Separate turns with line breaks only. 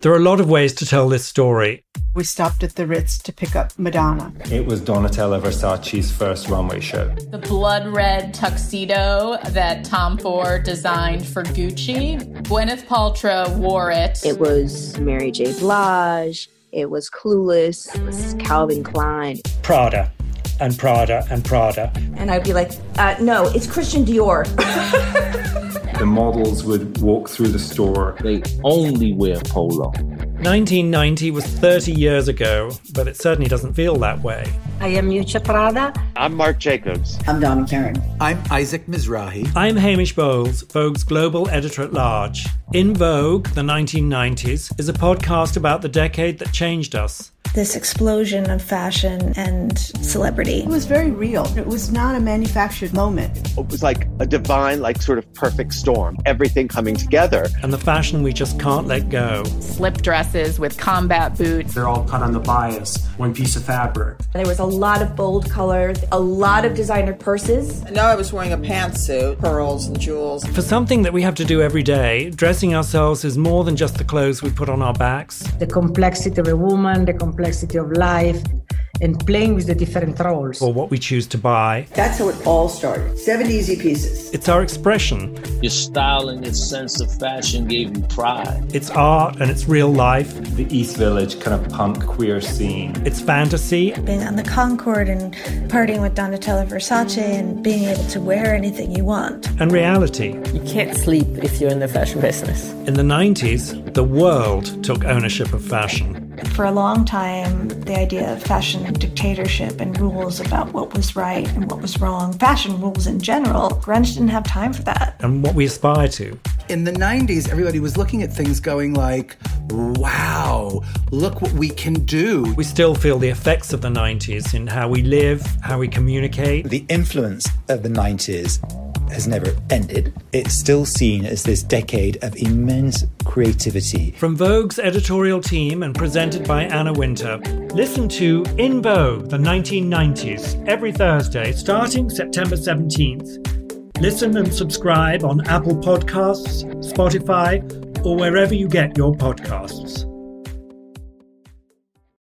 There are a lot of ways to tell this story.
We stopped at the Ritz to pick up Madonna.
It was Donatella Versace's first runway show.
The blood red tuxedo that Tom Ford designed for Gucci. Gwyneth Paltrow wore it.
It was Mary J. Blige. It was Clueless. It was Calvin Klein.
Prada and Prada and Prada.
And I'd be like, uh, no, it's Christian Dior.
the models would walk through the store.
They only wear polo.
1990 was 30 years ago, but it certainly doesn't feel that way.
I am Yucha Prada.
I'm Mark Jacobs.
I'm Donna Karen.
I'm Isaac Mizrahi.
I'm Hamish Bowles, Vogue's global editor at large. In Vogue, the 1990s, is a podcast about the decade that changed us.
This explosion of fashion and celebrity.
It was very real. It was not a manufactured moment.
It was like a divine, like sort of perfect storm, everything coming together.
And the fashion we just can't let go.
Slip dresses with combat boots.
They're all cut on the bias, one piece of fabric.
There was a lot of bold colors, a lot of designer purses.
And now I was wearing a pantsuit, pearls and jewels.
For something that we have to do every day, dressing ourselves is more than just the clothes we put on our backs.
The complexity of a woman, the complexity of life, and playing with the different roles.
Or what we choose to buy.
That's how it all started. Seven easy pieces.
It's our expression.
Your style and your sense of fashion gave you pride.
It's art and it's real life.
The East Village kind of punk queer scene.
It's fantasy.
Being on the Concord and partying with Donatella Versace and being able to wear anything you want.
And reality.
You can't sleep if you're in the fashion business.
In the 90s, the world took ownership of fashion.
For a long time, the idea of fashion dictatorship and rules about what was right and what was wrong, fashion rules in general, grunge didn't have time for that.
And what we aspire to.
In the 90s, everybody was looking at things going like, wow, look what we can do.
We still feel the effects of the 90s in how we live, how we communicate.
The influence of the 90s has never ended. It's still seen as this decade of immense creativity.
From Vogue's editorial team and presented by Anna Winter, listen to In Vogue, the 1990s, every Thursday, starting September 17th. Listen and subscribe on Apple Podcasts, Spotify, or wherever you get your podcasts.